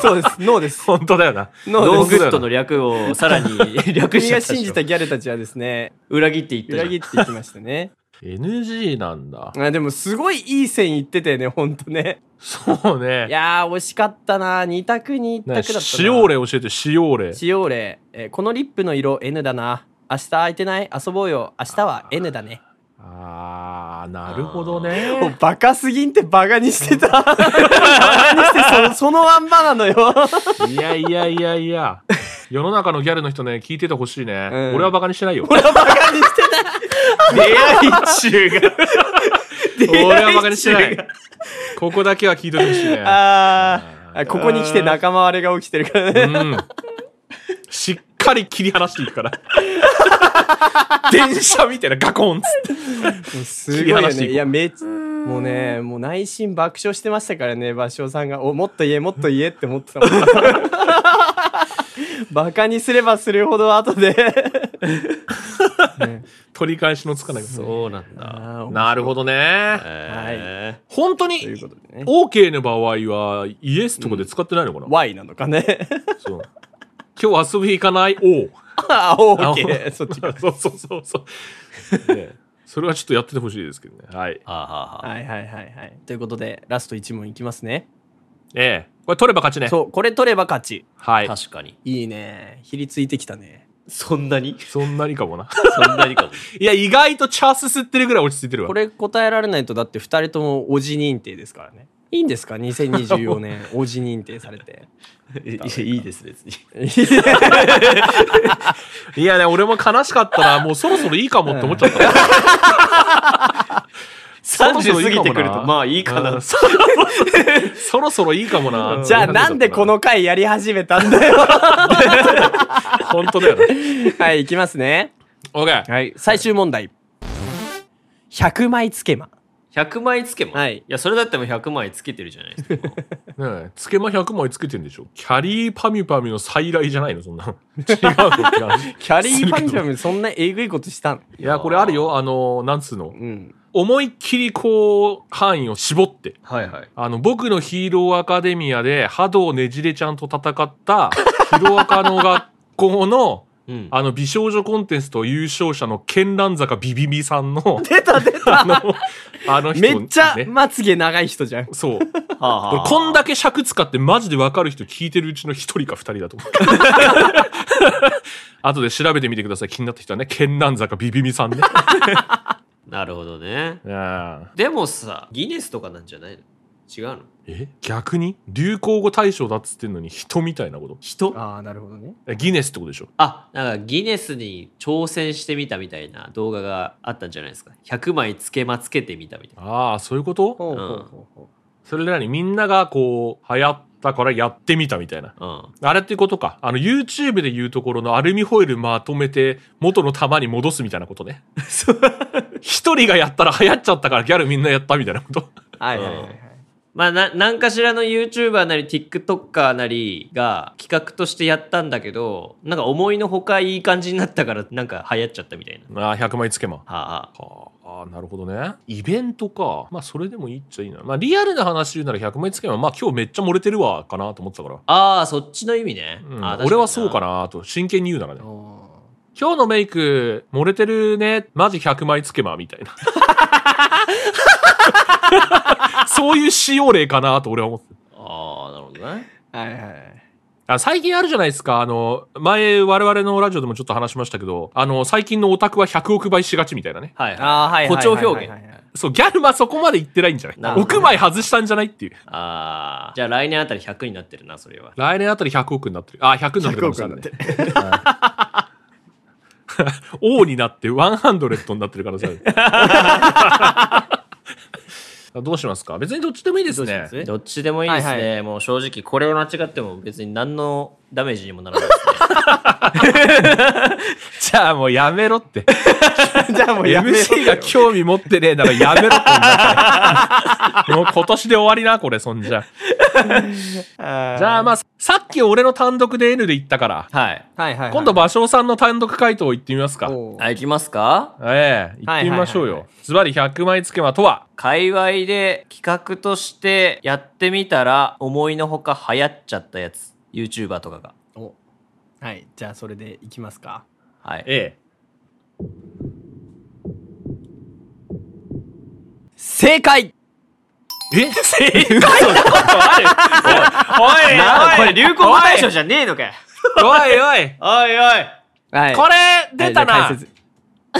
[SPEAKER 2] そうですノーです
[SPEAKER 3] 本当だよな。
[SPEAKER 1] ノ
[SPEAKER 2] ノ
[SPEAKER 1] ー
[SPEAKER 2] ー
[SPEAKER 1] グ
[SPEAKER 2] で
[SPEAKER 1] ッドの略をさらに略し
[SPEAKER 2] 国
[SPEAKER 1] ちゃっ
[SPEAKER 2] が
[SPEAKER 1] たで
[SPEAKER 2] 信
[SPEAKER 1] し
[SPEAKER 2] じ
[SPEAKER 1] ょ
[SPEAKER 2] たギャルたちはですね
[SPEAKER 1] 裏切っていったじゃ
[SPEAKER 2] 裏
[SPEAKER 1] ん
[SPEAKER 2] 切っていきましたね
[SPEAKER 3] NG なんだ。
[SPEAKER 2] あでもすごいいい線いっててねほんとね
[SPEAKER 3] そう
[SPEAKER 2] い
[SPEAKER 3] ね。
[SPEAKER 2] やー惜しかったな2択に1択だ
[SPEAKER 3] ね
[SPEAKER 2] ったな
[SPEAKER 3] 使用例教えて、使用例。
[SPEAKER 2] 使用例、えーこのリップの色 N だな明日空いてない遊ぼうよ明日は N だね
[SPEAKER 3] ああ、なるほどね。
[SPEAKER 2] もうバカすぎんってバカにしてたバカにしてそそのまんまなのよ
[SPEAKER 3] いやいやいやいや。世の中のギャルの人ね、聞いててほしいね。
[SPEAKER 2] うん
[SPEAKER 3] 俺はバカにしてない よ。
[SPEAKER 2] バカにして
[SPEAKER 1] 中が
[SPEAKER 3] 俺はバカにしてない。ここだけは聞いててほしいね。
[SPEAKER 2] たあーここに来て仲間割れが起きてるからね
[SPEAKER 3] うん。しっかり切り離していくから。電車みたいなガコンっつって。
[SPEAKER 2] すごい
[SPEAKER 3] 切り
[SPEAKER 2] よ
[SPEAKER 3] 離して
[SPEAKER 2] ね
[SPEAKER 3] いこう
[SPEAKER 2] いやめっもうねもう内心爆笑してましたからね芭蕉さんが「おもっと言えもっと言え」って思ってた もんバカにすればするほど後 で
[SPEAKER 3] 取り返しのつかない。
[SPEAKER 1] そうなんだ。
[SPEAKER 3] なるほどね。
[SPEAKER 1] え
[SPEAKER 3] 本当に
[SPEAKER 2] ということでね
[SPEAKER 3] OK の場合はイエスとかで使ってないのかな、
[SPEAKER 2] Y なのかね
[SPEAKER 3] そう今日遊び行かない O。
[SPEAKER 2] あ、オーケ ー。そっちか。
[SPEAKER 3] そうそうそうそう。ねそれはちょっとやっててほしいですけどね。はい。
[SPEAKER 1] ー、はあはあはあ。
[SPEAKER 2] はいはいはいはい。ということで、ラスト1問いきますね。
[SPEAKER 3] ええ。これ取れば勝ちね。
[SPEAKER 2] そう、これ取れば勝ち。
[SPEAKER 3] はい。
[SPEAKER 1] 確かに。
[SPEAKER 2] いいね。ひりついてきたね。
[SPEAKER 1] そんなに
[SPEAKER 3] そんなにかもな。
[SPEAKER 1] そんなにかも。
[SPEAKER 3] いや、意外とチャース吸ってるぐらい落ち着いてるわ。
[SPEAKER 2] これ答えられないと、だって2人ともおじ認定ですからね。いいんですか ?2024 年、おじ認定され て。
[SPEAKER 1] いやいいです、別 に。
[SPEAKER 3] いやね、俺も悲しかったな。もうそろそろいいかもって思っちゃった。
[SPEAKER 1] 30過ぎてくると、まあいいか
[SPEAKER 3] うん
[SPEAKER 1] な。
[SPEAKER 3] そそろそろいいかもな。
[SPEAKER 2] じゃあなんでこの回やり始めたんだよ。
[SPEAKER 3] 本当だよね。
[SPEAKER 2] はい、いきますね。
[SPEAKER 3] オッケー。
[SPEAKER 2] はい。最終問題。100枚つけま。
[SPEAKER 1] 100枚つけも。
[SPEAKER 2] はい
[SPEAKER 1] や、それだってもう100枚つけてるじゃないです か。
[SPEAKER 3] ねえつけま100枚つけてんでしょ。キャリーパミュパミュの再来じゃないのそんなの。 違うのって感じ
[SPEAKER 2] キャリーパンチャムそんなえぐいことしたん
[SPEAKER 3] いや、これあるよ。あの、なんつうの
[SPEAKER 2] う。ん。
[SPEAKER 3] 思いっきりこう、範囲を絞って、
[SPEAKER 5] はいはい。
[SPEAKER 3] あの、僕のヒーローアカデミアで、波動ねじれちゃんと戦った、ヒロアカの学校の、
[SPEAKER 1] うん、
[SPEAKER 3] あの、美少女コンテスト優勝者の剣蘭坂ビビビさんの、
[SPEAKER 2] 出た出た
[SPEAKER 3] あの、あの人、
[SPEAKER 2] めっちゃ
[SPEAKER 3] ね
[SPEAKER 2] まつげ長い人じゃん。
[SPEAKER 3] そう。
[SPEAKER 1] はあはあ
[SPEAKER 3] 俺、こんだけ尺使ってマジでわかる人聞いてるうちの一人か二人 だと思う。後で調べてみてください。気になった人はね、剣蘭坂ビビ ビさんね。
[SPEAKER 1] なるほどね。
[SPEAKER 3] ああ
[SPEAKER 1] でもさ、ギネスとかなんじゃないの違うの
[SPEAKER 3] え逆に流行語大賞だっつってんのに人みたいなこと
[SPEAKER 1] 人
[SPEAKER 2] ああ、なるほどね。
[SPEAKER 3] えギネスってことでしょ
[SPEAKER 1] あ、なんかギネスに挑戦してみたみたいな動画があったんじゃないですか。100枚つけまつけてみたみたい
[SPEAKER 3] ああ、そういうこと
[SPEAKER 2] ほう
[SPEAKER 1] うん
[SPEAKER 2] ほうほうほ
[SPEAKER 3] それなにみんながこう、流行ったからやってみたみたいな。
[SPEAKER 1] な。うん。
[SPEAKER 3] あれっていうことか。あの、YouTube で言うところのアルミホイルまとめて元の玉に戻すみたいなことね。一人がやったら流行っちゃったからギャルみんなやったみたいなこと。
[SPEAKER 2] う。はいはいはいはい。
[SPEAKER 1] まあ、な、何かしらの YouTuber なり TikToker なりが企画としてやったんだけど、なんか思いのほかいい感じになったから、なんか流行っちゃったみたいな。
[SPEAKER 3] ああ、100枚つけま。
[SPEAKER 1] はあ、
[SPEAKER 3] はああー、なるほどね。イベントか。まあ、それでもいいっちゃいいな。まあ、リアルな話言うなら100枚つけば、まあ、今日めっちゃ漏れてるわ、かなと思ってたから。
[SPEAKER 1] ああー、そっちの意味ね。
[SPEAKER 3] うん
[SPEAKER 1] あー
[SPEAKER 3] 俺はそうか。
[SPEAKER 1] 確に
[SPEAKER 3] なと、真剣に言うならね。
[SPEAKER 2] あ
[SPEAKER 3] 今日のメイク、漏れてるね。マジ100枚つけば、みたいな。 そういう使用例かなと俺は思ってた
[SPEAKER 1] ああ、なるほどね。
[SPEAKER 2] ーはいはい。
[SPEAKER 3] あ最近あるじゃないですか。あの、前、我々のラジオでもちょっと話しましたけど、あの、最近のオタクは100億倍しがちみたいなね。
[SPEAKER 1] はい、はい。
[SPEAKER 2] ああ、はいはいはいはいはい。
[SPEAKER 1] 誇張表現
[SPEAKER 3] そう、ギャルはそこまで言ってないんじゃ
[SPEAKER 1] な
[SPEAKER 3] ない
[SPEAKER 1] るほど
[SPEAKER 3] 億枚外したんじゃないっていう。
[SPEAKER 1] ああ。じゃあ来年あたり100になってるな、それは。
[SPEAKER 3] 来年あたり100億になってる。あ、100になってる
[SPEAKER 2] 100
[SPEAKER 3] 可能
[SPEAKER 2] 億
[SPEAKER 3] 性あ
[SPEAKER 2] に
[SPEAKER 3] る
[SPEAKER 2] なっ
[SPEAKER 3] ね
[SPEAKER 2] てる。
[SPEAKER 3] 王になって100になってる可能性ある。どうしますか別にどっちでもいいですね。
[SPEAKER 1] どっちでもいいですね。
[SPEAKER 2] はい
[SPEAKER 1] もう正直、これを間違っても別に何のダメージにもな らないですね。
[SPEAKER 3] じゃあもうやめろって。
[SPEAKER 2] じゃあもうや めよ
[SPEAKER 3] MC が興味持ってねえならやめろって思った。もう今年で終わりな、これ、そんじゃ。
[SPEAKER 2] あ
[SPEAKER 3] じゃあまあ、さっき俺の単独で N で言ったから、
[SPEAKER 1] はい。
[SPEAKER 2] あ、はいはいはい。
[SPEAKER 3] 今度、芭蕉さんの単独回答を言ってみますか。
[SPEAKER 2] おー
[SPEAKER 1] あ、いきますか
[SPEAKER 3] ええ、行ってみましょう
[SPEAKER 2] はいはい
[SPEAKER 3] よ。ズバリ100枚つけまとは
[SPEAKER 1] 界隈で企画としてやってみたら思いのほか流行っちゃったやつ YouTuber とかが
[SPEAKER 2] おはい、じゃあそれでいきますか。
[SPEAKER 1] はい、
[SPEAKER 3] ?A。
[SPEAKER 2] 正解
[SPEAKER 3] え正解おいおいおい
[SPEAKER 1] あこれ流行語大賞じゃねえのかよ
[SPEAKER 3] おいお
[SPEAKER 1] お
[SPEAKER 3] い
[SPEAKER 1] いおい
[SPEAKER 2] はい。
[SPEAKER 3] これ出たな
[SPEAKER 2] はいじゃ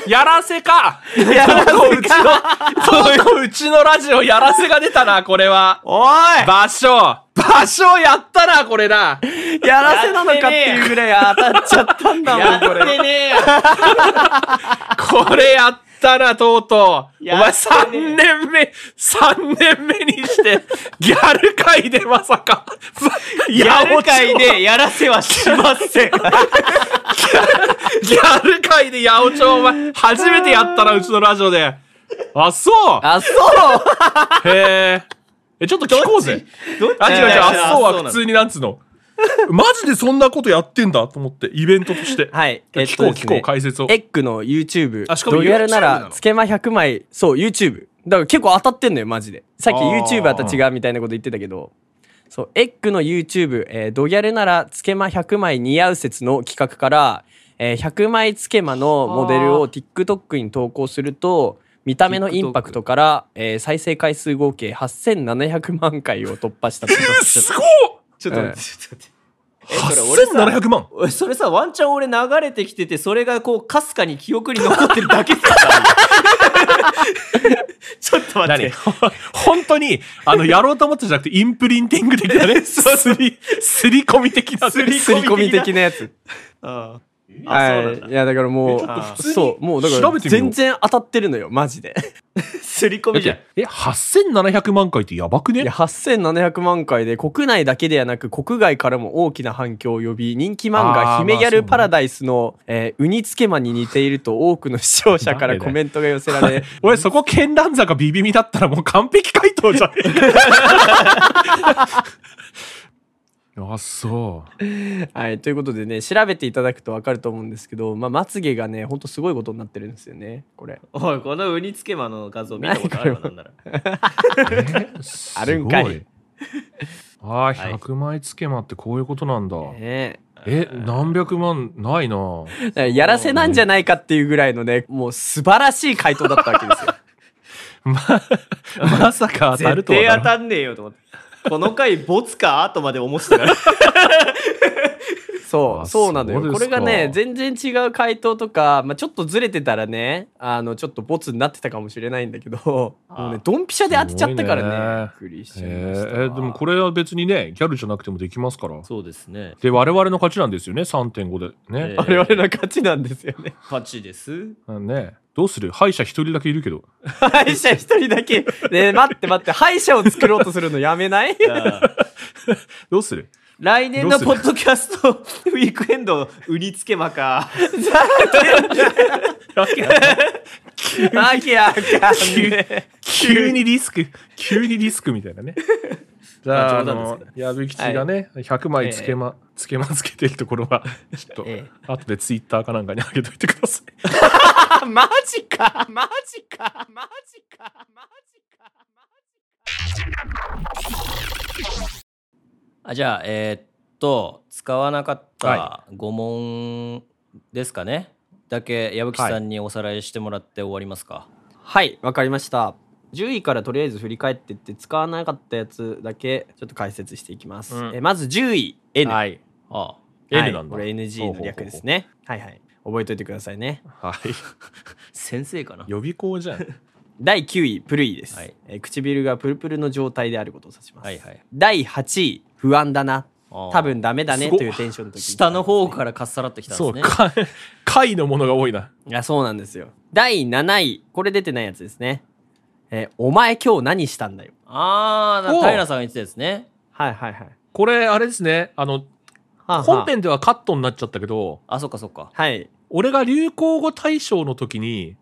[SPEAKER 3] やらせか とうとううちの、とうとううちのラジオやらせが出たな、これは。
[SPEAKER 1] おい
[SPEAKER 3] 場所場所やったな、これな。
[SPEAKER 2] あ解説やらせなのかっていうぐらい当たっちゃったんだもん、これ。
[SPEAKER 1] ねえよ
[SPEAKER 3] これやったな、とうとう。お
[SPEAKER 1] や
[SPEAKER 3] 前
[SPEAKER 1] ったね
[SPEAKER 3] 3年目、3年目にして、ギャル界でまさか、
[SPEAKER 1] やる会でやら せはしません
[SPEAKER 3] ギャル界で八百長お前、初めてやったな、うちのラジオで。あ、そう
[SPEAKER 2] あ、そう
[SPEAKER 3] へえ。え、ちょっと聞こうぜ。あ、違う違う、あっそうは普通になんつうの。マジでそんなことやってんだと思って、イベントとして。
[SPEAKER 2] はい。
[SPEAKER 3] 聞こう聞こう、解説を。
[SPEAKER 2] エッグの YouTube。
[SPEAKER 3] あしかも
[SPEAKER 2] どうやるな
[SPEAKER 3] YouTube な
[SPEAKER 2] ら
[SPEAKER 3] の、
[SPEAKER 2] つけま100枚、そう、YouTube。だから結構当たってんのよ、マジで。さっき
[SPEAKER 3] あー
[SPEAKER 2] YouTuber と違うみたいなこと言ってたけど、そう、エッグの YouTube、えー、どやるなら、つけま100枚似合う説の企画から、えー、100枚つけまのモデルを TikTok に投稿すると、見た目のインパクトから、えー再生回数合計8700万回を突破 したと。
[SPEAKER 3] すごっ
[SPEAKER 1] ちょっと待ってちょっと待ってえそれ俺さ
[SPEAKER 3] !8700 万
[SPEAKER 1] 俺それさワンチャン俺流れてきててそれがこうかすかに記憶に残ってるだけだったちょっと待っ
[SPEAKER 3] 何
[SPEAKER 1] て
[SPEAKER 3] 本当に、あの、やろうと思ってじゃなくて、インプリンティング的なね。すり、すり込み的な。す
[SPEAKER 2] すり込み的なやつ。
[SPEAKER 1] あーあそうな
[SPEAKER 2] は
[SPEAKER 1] んだ
[SPEAKER 2] い。いや、だからもう、そう、もうだか
[SPEAKER 3] 調
[SPEAKER 2] ら
[SPEAKER 3] べてみよう
[SPEAKER 2] 全然当たってるのよ、マジで。
[SPEAKER 1] すり込みじゃん。
[SPEAKER 3] え、8700万回ってやばく
[SPEAKER 2] いや、
[SPEAKER 3] ね
[SPEAKER 2] 8700万回で国内だけではなく国外からも大きな反響を呼び、人気漫画
[SPEAKER 3] あー
[SPEAKER 2] 姫ギャル
[SPEAKER 3] まあそうね
[SPEAKER 2] パラダイスの、えーウニつけまに似ていると多くの視聴者からコメントが寄せられ、
[SPEAKER 3] 俺、そこ、剣乱坂ビビミだったらもう完璧回答じゃねえかあ、そう。
[SPEAKER 2] はい、ということでね調べていただくと分かると思うんですけど、まあ、まつげがねほんとすごいことになってるんですよねこれ
[SPEAKER 1] おい、このウニつけまの画像見たことあるわ、なんなら。
[SPEAKER 2] あるんかい
[SPEAKER 3] すご。ああ、100枚つけまってこういうことなんだ。
[SPEAKER 2] ね
[SPEAKER 3] え、何百万ないな。
[SPEAKER 2] だからやらせなんじゃないかっていうぐらいのねもう素晴らしい回答だったわけですよ
[SPEAKER 3] ま、まさか当たる
[SPEAKER 1] 絶
[SPEAKER 3] とは
[SPEAKER 1] 対
[SPEAKER 3] な
[SPEAKER 1] 当たんねえよと思って。この回、ボツかとまで思ってたから。
[SPEAKER 2] そう
[SPEAKER 3] あ
[SPEAKER 2] そうなの
[SPEAKER 3] そう
[SPEAKER 2] よ
[SPEAKER 3] で
[SPEAKER 2] こ
[SPEAKER 3] す
[SPEAKER 2] れ
[SPEAKER 3] か
[SPEAKER 2] がね全然違う回答とか、まあ、ちょっとずれてたらねあのちょっとボツになってたかもしれないんだけども
[SPEAKER 1] あー
[SPEAKER 2] うねドンピシャで当てちゃったから
[SPEAKER 3] すごい
[SPEAKER 2] ねび
[SPEAKER 3] ね
[SPEAKER 2] っくりしちゃいま
[SPEAKER 3] え
[SPEAKER 2] した
[SPEAKER 3] ーえーでもこれは別にねギャルじゃなくてもできますから
[SPEAKER 1] そうですね。
[SPEAKER 3] で我々の勝ちなんですよね3.5でね,、
[SPEAKER 2] 我々の勝ちなんですよね
[SPEAKER 1] 勝ちです。
[SPEAKER 3] ねどうする敗者一人だけいるけど
[SPEAKER 2] 歯医者一人だけ。ねえ待って待って、歯医者を作ろうとするのやめない
[SPEAKER 3] どうする
[SPEAKER 1] 来年の
[SPEAKER 3] ど
[SPEAKER 1] ポ
[SPEAKER 3] うす
[SPEAKER 1] ッドキャストウィークエンドウニつけま か。
[SPEAKER 2] わけやかん
[SPEAKER 3] 急
[SPEAKER 2] ね。
[SPEAKER 3] 急にリスク急にリスクみたいなねじゃああ
[SPEAKER 1] まあ冗談
[SPEAKER 3] の
[SPEAKER 1] です
[SPEAKER 3] 矢吹吉がね、100枚つけま、つけまつけてるところはちょっと、
[SPEAKER 2] え
[SPEAKER 3] 後でツイッターかなんかに上げといてください
[SPEAKER 2] あマジかマジかマジかマジか
[SPEAKER 1] あじゃあ、えーっと、使わなかった5問ですかね。だけ矢吹さんにおさらいしてもらって終わりますか。
[SPEAKER 2] はい、わかりました。10位からとりあえず振り返ってって使わなかったやつだけちょっと解説していきます。
[SPEAKER 3] うん
[SPEAKER 2] えまず10位 N。はい、
[SPEAKER 3] い
[SPEAKER 1] あ
[SPEAKER 3] N なんだ
[SPEAKER 2] これ NG の略ですね。はいはい。覚えといてくださいね。
[SPEAKER 3] はい
[SPEAKER 1] 先生かな。
[SPEAKER 3] 予備校じゃん
[SPEAKER 2] 第9位プルイです、
[SPEAKER 1] はい
[SPEAKER 2] えー唇がプルプルの状態であることを指します、
[SPEAKER 1] はいはい
[SPEAKER 2] 第8位不安だな
[SPEAKER 1] あー
[SPEAKER 2] 多分ダメだね
[SPEAKER 3] すごっ
[SPEAKER 2] というテンションの時
[SPEAKER 1] 下の方からかっさらってきたんで
[SPEAKER 3] そ
[SPEAKER 1] す
[SPEAKER 3] う
[SPEAKER 1] ね。
[SPEAKER 3] か貝のものが多いない
[SPEAKER 2] やそうなんですよ第7位これ出てないやつですね、えーお前今日何したんだよ
[SPEAKER 1] ああ、
[SPEAKER 3] おう
[SPEAKER 1] 平さんが言ってたですね。
[SPEAKER 2] はいはいはい
[SPEAKER 3] これあれですねあの
[SPEAKER 2] はあはあ
[SPEAKER 3] 本編ではカットになっちゃったけど
[SPEAKER 1] あ、そっかそっか。
[SPEAKER 2] はい
[SPEAKER 3] 俺が流行語大賞の時に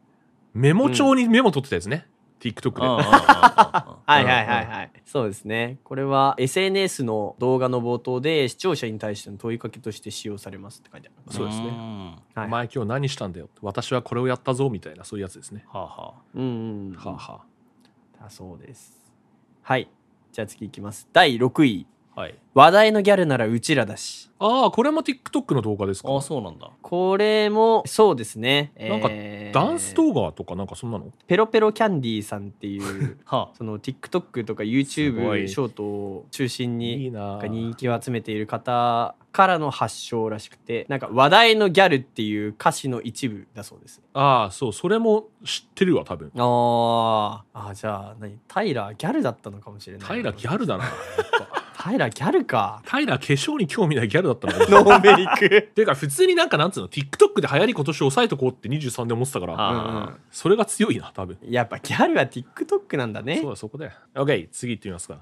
[SPEAKER 3] メモ帳にメモ取ってたやつね、
[SPEAKER 1] うんうんうん
[SPEAKER 3] TikTok
[SPEAKER 1] うん
[SPEAKER 3] で
[SPEAKER 2] はいはいはいはい、そうですねこれは SNS の動画の冒頭で視聴者に対しての問いかけとして使用されますって書いてある
[SPEAKER 3] そうですね
[SPEAKER 1] ん
[SPEAKER 3] 「
[SPEAKER 2] は
[SPEAKER 3] お
[SPEAKER 2] い
[SPEAKER 3] 前今日何したんだよ」私はこれをやったぞ」みたいなそういうやつですね、
[SPEAKER 1] はあは
[SPEAKER 2] うんうんうん
[SPEAKER 3] はあは
[SPEAKER 2] だそうですはいじゃあ次いきます第6位
[SPEAKER 1] あ。はい。
[SPEAKER 2] 話題のギャルならうちらだし
[SPEAKER 3] ああーこれも TikTok の動画ですか
[SPEAKER 1] ああ、そうなんだ。
[SPEAKER 2] これもそうですね
[SPEAKER 3] なんか
[SPEAKER 2] えー
[SPEAKER 3] ダンス動画とかなんかそんなの
[SPEAKER 2] ペロペロキャンディーさんっていう
[SPEAKER 1] は
[SPEAKER 2] その TikTok とか
[SPEAKER 3] すご
[SPEAKER 2] YouTube
[SPEAKER 3] い
[SPEAKER 2] ショートを中心
[SPEAKER 3] いい
[SPEAKER 2] に
[SPEAKER 3] な
[SPEAKER 2] なん
[SPEAKER 3] あ
[SPEAKER 2] か人気を集めている方からの発祥らしくてなんか話題のギャルっていう歌詞の一部だそうです
[SPEAKER 3] ああそうそれも知ってるわ多分
[SPEAKER 2] あーあじゃあ何タイラーギャルだったのかもしれない
[SPEAKER 3] 平ギャルだなやっぱ
[SPEAKER 2] タイラーギャルか
[SPEAKER 3] 平化粧に興味ないギャルだったのかな
[SPEAKER 2] ノーメイク
[SPEAKER 3] ていうか普通になんかなんつうの TikTok で流行り今年抑えとこうって23で思ってたから、
[SPEAKER 1] あ
[SPEAKER 2] うん
[SPEAKER 3] それが強いな多分
[SPEAKER 2] うんやっぱギャルは TikTok なんだね
[SPEAKER 3] そうだそこで OK 次行ってみますか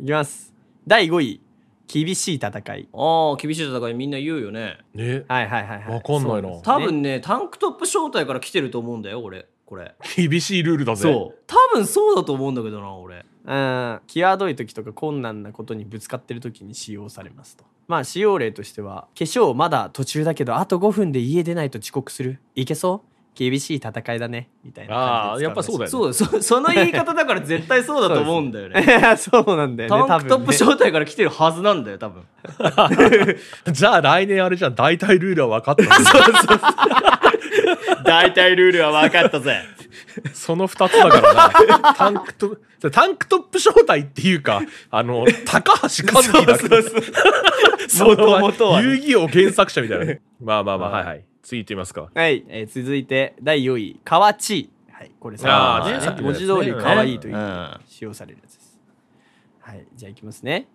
[SPEAKER 2] いきます第5位厳しい戦
[SPEAKER 1] あ。
[SPEAKER 2] い
[SPEAKER 1] ああ、厳しい戦いみんな言うよね。
[SPEAKER 3] ね
[SPEAKER 2] はいはいはいはい
[SPEAKER 3] わかんないな
[SPEAKER 2] そうです
[SPEAKER 1] 多分ね、タンクトップ招待から来てると思うんだよ、俺。これ。
[SPEAKER 3] 厳しいルールだぜ
[SPEAKER 1] そう。多分そうだと思うんだけどな、俺。
[SPEAKER 2] うん際どい時とか困難なことにぶつかってる時に使用されますとまあ使用例としては化粧まだ途中だけどあと5分で家出ないと遅刻するいけそう厳しい戦いだねみたいな
[SPEAKER 3] あ
[SPEAKER 2] 感
[SPEAKER 3] あ
[SPEAKER 2] じで
[SPEAKER 3] やっぱそうだよね
[SPEAKER 1] そうそ その言い方だから絶対そうだと思うんだよね。
[SPEAKER 2] だよ そうなんだよね
[SPEAKER 1] タンクトップ
[SPEAKER 2] 多分ね
[SPEAKER 1] 招待から来てるはずなんだよ、多分。
[SPEAKER 3] じゃあ来年あれじゃん大体ルールは分かったんだ
[SPEAKER 1] 大体ルールは分かったぜ。
[SPEAKER 3] その2つだか らなタンクトタンクトップ招待っていうかあの高橋和樹だけど
[SPEAKER 1] そう
[SPEAKER 3] の
[SPEAKER 1] 元々はね
[SPEAKER 3] 遊戯王原作者みたいなねまあまあまあはいはい次行ってみますか
[SPEAKER 2] はい、えー続いて第4位河内はいこれさ
[SPEAKER 1] あーねさっきの
[SPEAKER 2] 文
[SPEAKER 3] やつ
[SPEAKER 2] 字
[SPEAKER 3] ね
[SPEAKER 2] 通り可愛いという
[SPEAKER 1] う
[SPEAKER 2] 意味で
[SPEAKER 1] ん。
[SPEAKER 2] 使用されるやつです、はいじゃあいきますね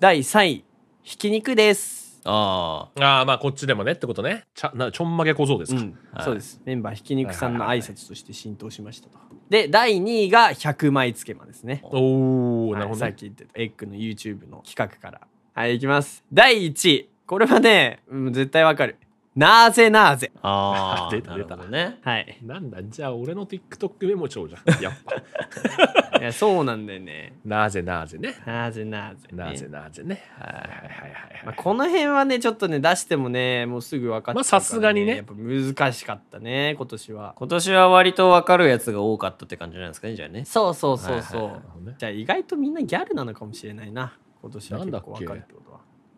[SPEAKER 2] 第3位ひき肉です
[SPEAKER 1] あ
[SPEAKER 3] ああまあこっちでもねってことねちゃなちょんまげ小僧ですか、
[SPEAKER 2] うん
[SPEAKER 1] はい
[SPEAKER 2] そうですメンバーひき肉さんの挨拶として浸透しましたと、で第2位が100枚つけまですね、
[SPEAKER 3] おお
[SPEAKER 2] は
[SPEAKER 3] ないるほど
[SPEAKER 2] さっ
[SPEAKER 3] ね
[SPEAKER 2] き言ってたエッグの YouTube の企画からはいいきます第1位これはね、うん、絶対わかるなぜなぜ
[SPEAKER 1] あ。 ああ。
[SPEAKER 3] 出た出
[SPEAKER 1] な
[SPEAKER 3] た
[SPEAKER 1] るほどね。
[SPEAKER 2] はい
[SPEAKER 3] なんだじゃあ俺の TikTok メモ帳じゃんやっぱ
[SPEAKER 2] いやそうなんだよね。
[SPEAKER 3] なぜなぜね。
[SPEAKER 2] なぜなぜ、ね。
[SPEAKER 3] なぜなぜね。はいはいは
[SPEAKER 2] ま
[SPEAKER 3] いは
[SPEAKER 2] あ、
[SPEAKER 3] い。
[SPEAKER 2] この辺はね、ちょっとね、出してもね、もうすぐ分かっちゃうから、
[SPEAKER 3] まあさすがにね
[SPEAKER 2] やっぱ難しかったね、今年は。
[SPEAKER 1] 今年は割と分かるやつが多かったって感じなんですかね、じゃあね。
[SPEAKER 2] そうそうそうそう。
[SPEAKER 3] はいはいはいなるほどね
[SPEAKER 2] じゃあ意外とみんなギャルなのかもしれないな。今年は
[SPEAKER 3] なんだ
[SPEAKER 2] 結
[SPEAKER 3] っけ
[SPEAKER 2] 構分かるってことは。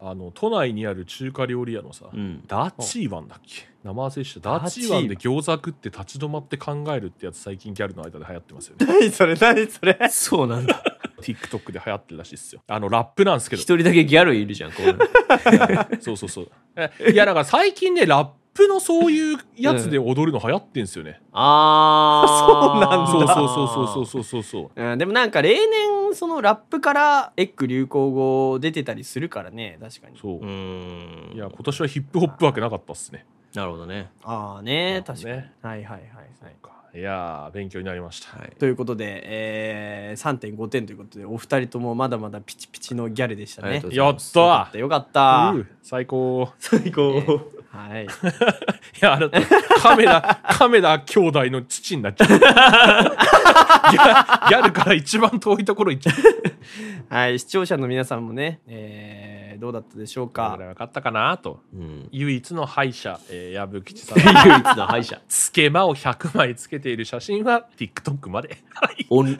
[SPEAKER 3] あの都内にある中華料理屋のさ、
[SPEAKER 1] うん
[SPEAKER 3] ダーチーワンだっけ名前忘れしたダーチーワンで餃子食って立ち止まって考えるってやつ最近ギャルの間で流行ってますよ ね
[SPEAKER 2] 何それ何それ
[SPEAKER 1] そうなんだ。
[SPEAKER 3] TikTok で流行ってるらしいっすよあのラップなんですけ
[SPEAKER 1] 一
[SPEAKER 3] ど
[SPEAKER 1] 人だけギャルいるじゃん、こう。
[SPEAKER 3] そうそうそうえいやだから最近ねラップのそういうやつで踊るの流行ってんすよ ね、
[SPEAKER 1] あー。
[SPEAKER 3] そうそうそうそうそうそうそう
[SPEAKER 2] うん、でもなんか例年そのラップからエッグ流行語出てたりするからね確かに
[SPEAKER 3] そう
[SPEAKER 1] う
[SPEAKER 3] う
[SPEAKER 1] ーん。
[SPEAKER 3] いや今年はヒップホップわけなかったっすね
[SPEAKER 1] なるほどね。
[SPEAKER 2] ああね
[SPEAKER 3] なる
[SPEAKER 2] 確
[SPEAKER 3] ほ
[SPEAKER 2] か
[SPEAKER 3] ど
[SPEAKER 2] に、
[SPEAKER 3] ね
[SPEAKER 2] はいはいはいはい
[SPEAKER 3] いやー勉強になりました、
[SPEAKER 1] はい。
[SPEAKER 2] ということで、えー、3.5点ということでお二人ともまだまだピチピチのギャルでした
[SPEAKER 1] あり
[SPEAKER 2] ね
[SPEAKER 1] がとうござい
[SPEAKER 2] よ
[SPEAKER 3] やっ
[SPEAKER 2] か
[SPEAKER 3] た
[SPEAKER 2] ったよかった、
[SPEAKER 3] うん最高
[SPEAKER 1] 最高。
[SPEAKER 2] はい
[SPEAKER 3] いや、あなた、カメラ、カメラ兄弟の父になっちゃう。ギ ャギャルから一番遠いところ行っちゃう。
[SPEAKER 2] はい視聴者の皆さんもね、えー、どうだったでしょう か
[SPEAKER 3] 分かったかなと。
[SPEAKER 1] うん。
[SPEAKER 3] 唯一の敗者、えー、矢吹吉さ ん。
[SPEAKER 1] 唯一の敗者。
[SPEAKER 3] つけまを100枚つけている写真は TikTok まで。はい。
[SPEAKER 1] オン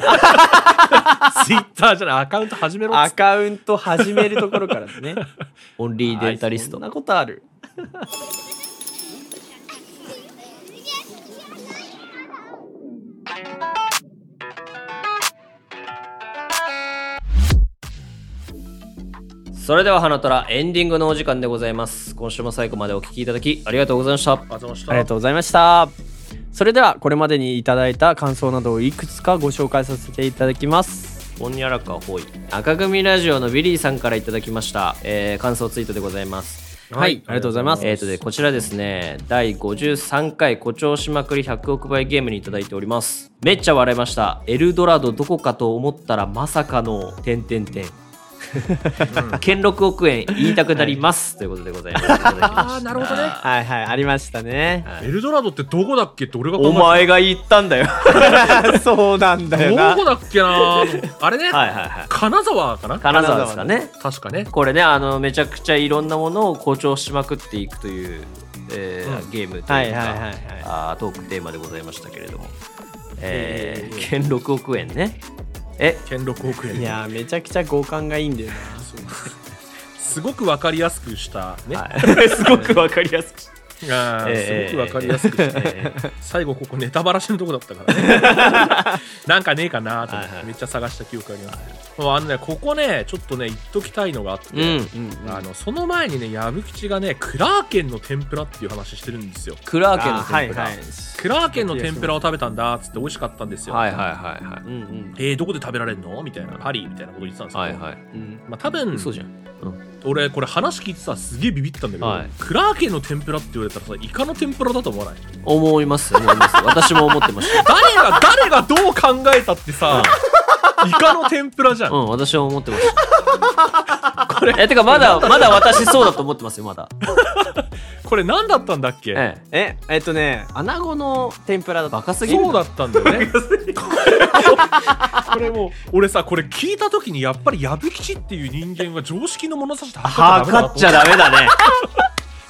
[SPEAKER 3] Twitter じゃない、アカウント始めろっ
[SPEAKER 2] ア
[SPEAKER 3] つ
[SPEAKER 2] カウント始めるところからです ね
[SPEAKER 1] オン リーデンタリス
[SPEAKER 2] そ
[SPEAKER 1] ト
[SPEAKER 2] ん。なことある
[SPEAKER 1] それでは花虎エンディングのお時間でございます今週も最後までお聞きいただきありがとうございました
[SPEAKER 3] あその人
[SPEAKER 2] ありがとうございました。それではこれまでにいただいた感想などをいくつかご紹介させていただきます。
[SPEAKER 1] ほにゃらかほい赤組ラジオのビリーさんからいただきました、えー感想ツイートでございます
[SPEAKER 2] はい、ありがとうございます。
[SPEAKER 1] えーとでこちらですね第53回誇張しまくり100億倍ゲームにいただいておりますめっちゃ笑いましたエルドラドどこかと思ったらまさかの点点点 兼六億円言いたくなります、ということでございますいただきました
[SPEAKER 3] ああ、なるほどね。
[SPEAKER 2] はいはい、ありましたね。
[SPEAKER 3] エルドラドってどこだっけって俺が考
[SPEAKER 1] お
[SPEAKER 3] えてた
[SPEAKER 1] 前が言ったんだよ
[SPEAKER 2] そうなんだよな
[SPEAKER 3] ど。こだっけなあれね、
[SPEAKER 1] はいはいはい
[SPEAKER 3] 金沢かな
[SPEAKER 1] 金沢ですかね
[SPEAKER 3] 確かね。
[SPEAKER 1] これねあのめちゃくちゃいろんなものを誇張しまくっていくという、えー
[SPEAKER 3] うん
[SPEAKER 1] ゲームというか、
[SPEAKER 2] はいはいはいはい。
[SPEAKER 1] あートークテーマでございましたけれども、えー、兼六億円ねえ
[SPEAKER 3] 兼六億円。
[SPEAKER 2] いやーめちゃくちゃ合感がいいんだよな。
[SPEAKER 3] すごくわかりやすくしたね。
[SPEAKER 1] はいすごくわかりやすく
[SPEAKER 3] あー
[SPEAKER 1] ええ
[SPEAKER 3] すごくわかりやすくしたね、最後ここネタバラシのとこだったからね なんかねえかなと思って、
[SPEAKER 1] はいはい
[SPEAKER 3] めっちゃ探した記憶あります、もうあのねここねちょっとね言っときたいのがあって、
[SPEAKER 1] うん
[SPEAKER 3] あのその前にね矢吹がねクラーケンの天ぷらっていう話してるんですよ
[SPEAKER 1] クラーケンの
[SPEAKER 2] あーはい
[SPEAKER 1] 天ぷら
[SPEAKER 2] はい。
[SPEAKER 3] クラーケンの天ぷらを食べたんだっつって美味しかったんですよ、
[SPEAKER 1] はいはいはいはい
[SPEAKER 2] うんうん
[SPEAKER 3] えーどこで食べられるのみたいなパリみたいなこと言ってたんですけど、
[SPEAKER 1] はいはい
[SPEAKER 2] うん。
[SPEAKER 3] まあ、多分
[SPEAKER 1] 嘘じゃん
[SPEAKER 3] 俺これ話聞いてさすげえビビったんだけど、
[SPEAKER 1] はい
[SPEAKER 3] クラーケンの天ぷらって言われたらさイカの天ぷらだと思わない
[SPEAKER 1] 思います思います私も思ってました
[SPEAKER 3] 誰が誰がどう考えたってさイカの天ぷらじゃん、
[SPEAKER 1] うん私も思ってましたこれえてかまだまだ私そうだと思ってますよまだ、
[SPEAKER 3] これ何だったんだっけ、
[SPEAKER 1] ええ
[SPEAKER 2] ええっとね穴子の天ぷらだった。
[SPEAKER 1] バカすぎるな
[SPEAKER 3] そうだったんだよねこれもこれもう俺さこれ聞いた時にやっぱり矢吹吉っていう人間は常識の物差しで
[SPEAKER 1] 測っちゃ
[SPEAKER 3] だ
[SPEAKER 1] ダメだ ね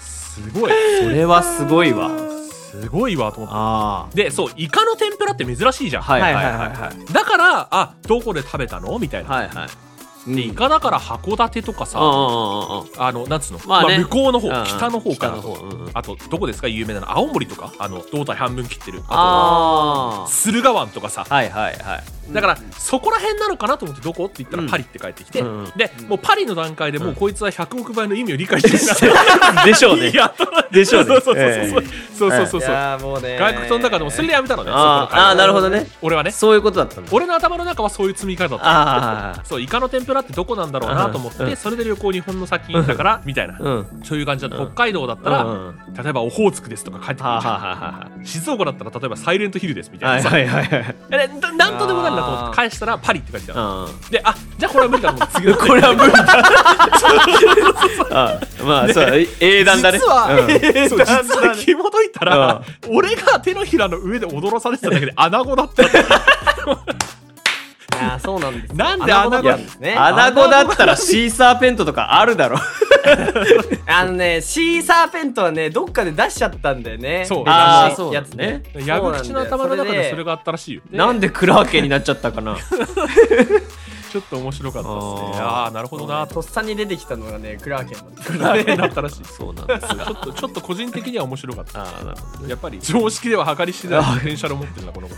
[SPEAKER 3] すごい
[SPEAKER 1] それはすごいわ
[SPEAKER 3] すごいわと思って
[SPEAKER 1] あ
[SPEAKER 3] でそうイカの天ぷらって珍しいじゃん、
[SPEAKER 1] あはいはいはい
[SPEAKER 2] はい
[SPEAKER 1] は
[SPEAKER 2] はい
[SPEAKER 3] だからあどこで食べたのみたいな、
[SPEAKER 1] はいはい
[SPEAKER 2] うん
[SPEAKER 3] イカだから函館とかさ、
[SPEAKER 1] うんうんうんうん
[SPEAKER 3] あのなんつうの、
[SPEAKER 1] ま
[SPEAKER 3] ま
[SPEAKER 1] あ
[SPEAKER 3] あ
[SPEAKER 1] ね
[SPEAKER 3] 向こうの方、
[SPEAKER 1] うんうん
[SPEAKER 3] 北の方から
[SPEAKER 1] 北の方うんうん
[SPEAKER 3] あとどこですか有名なの青森とかあの胴体半分切ってるあ
[SPEAKER 1] あ
[SPEAKER 3] と駿河湾とかさ
[SPEAKER 1] あはいはいはい
[SPEAKER 3] だからそこら辺なのかなと思ってどこって言った
[SPEAKER 1] うん
[SPEAKER 3] らパリって帰ってきて、
[SPEAKER 1] うんうん
[SPEAKER 3] でもうパリの段階でもうこいつは100億倍の意味を理解してる
[SPEAKER 1] でしょう
[SPEAKER 3] な
[SPEAKER 1] ね
[SPEAKER 3] いや
[SPEAKER 1] でしょうね
[SPEAKER 3] そうそうそうそう、
[SPEAKER 1] ええ
[SPEAKER 3] そうそうそう
[SPEAKER 2] い
[SPEAKER 3] そう
[SPEAKER 2] やーもうね。
[SPEAKER 3] 外国とんだからもうそれでやめたのね
[SPEAKER 1] あ
[SPEAKER 3] そこの会
[SPEAKER 1] ー
[SPEAKER 3] 話
[SPEAKER 1] あーなるほどね
[SPEAKER 3] 俺はね
[SPEAKER 1] そういうことだったんだ
[SPEAKER 3] 俺の頭の中はそういう積み方だった
[SPEAKER 1] あ
[SPEAKER 3] そうイカの天ぷらってどこなんだろうなと思って、
[SPEAKER 1] うん
[SPEAKER 3] それで旅行日本の先だから、みたいな、
[SPEAKER 1] あうん
[SPEAKER 3] そういう感じだった北海道だったら、
[SPEAKER 1] うんうん
[SPEAKER 3] 例えばオホーツクですとか帰ってくるじ
[SPEAKER 1] はあは
[SPEAKER 3] ゃ
[SPEAKER 1] あ
[SPEAKER 3] ん
[SPEAKER 1] は
[SPEAKER 3] 静岡だったら例えばサイレントヒルですみ
[SPEAKER 1] あは
[SPEAKER 3] た
[SPEAKER 1] い
[SPEAKER 3] いなさ、
[SPEAKER 1] はいはいはい
[SPEAKER 3] えななんとでもなるなと思って返したらパリって書いてある、
[SPEAKER 1] う
[SPEAKER 3] であじゃあこれは無理だと思って次 の
[SPEAKER 1] これは無理だあーまあそう英断だね
[SPEAKER 3] 実は、
[SPEAKER 1] うん
[SPEAKER 3] そう実は紐解いたら、 俺が手のひらの上で踊らされてただけで穴子だったって
[SPEAKER 2] あ
[SPEAKER 1] やーそうなんですよ
[SPEAKER 3] なんであんな
[SPEAKER 1] 穴子だったんですね
[SPEAKER 2] アナゴだったらシーサーペントとかあるだろ
[SPEAKER 1] あのねシーサーペントはねどっかで出しちゃったんだよね
[SPEAKER 3] そう
[SPEAKER 1] あ
[SPEAKER 3] あ
[SPEAKER 1] あ
[SPEAKER 3] ー
[SPEAKER 1] そうやつね
[SPEAKER 3] 矢口の頭の中でそ
[SPEAKER 1] が
[SPEAKER 3] れがあったらしいよ。
[SPEAKER 1] なんでクラーケンになっちゃったかな
[SPEAKER 3] ちょっと面白かったですね。
[SPEAKER 1] あー
[SPEAKER 3] ああー、なるほどな
[SPEAKER 1] と
[SPEAKER 3] と。
[SPEAKER 1] っさに出てきたのがねクラーケンだった
[SPEAKER 3] 大変だったらしい。ち
[SPEAKER 1] そうなんです
[SPEAKER 3] ょっと ちょっと個人的には面白かった。
[SPEAKER 1] あーなるほど
[SPEAKER 3] やっぱり常識では計り知れないポテンシャルを持ってるな、この子。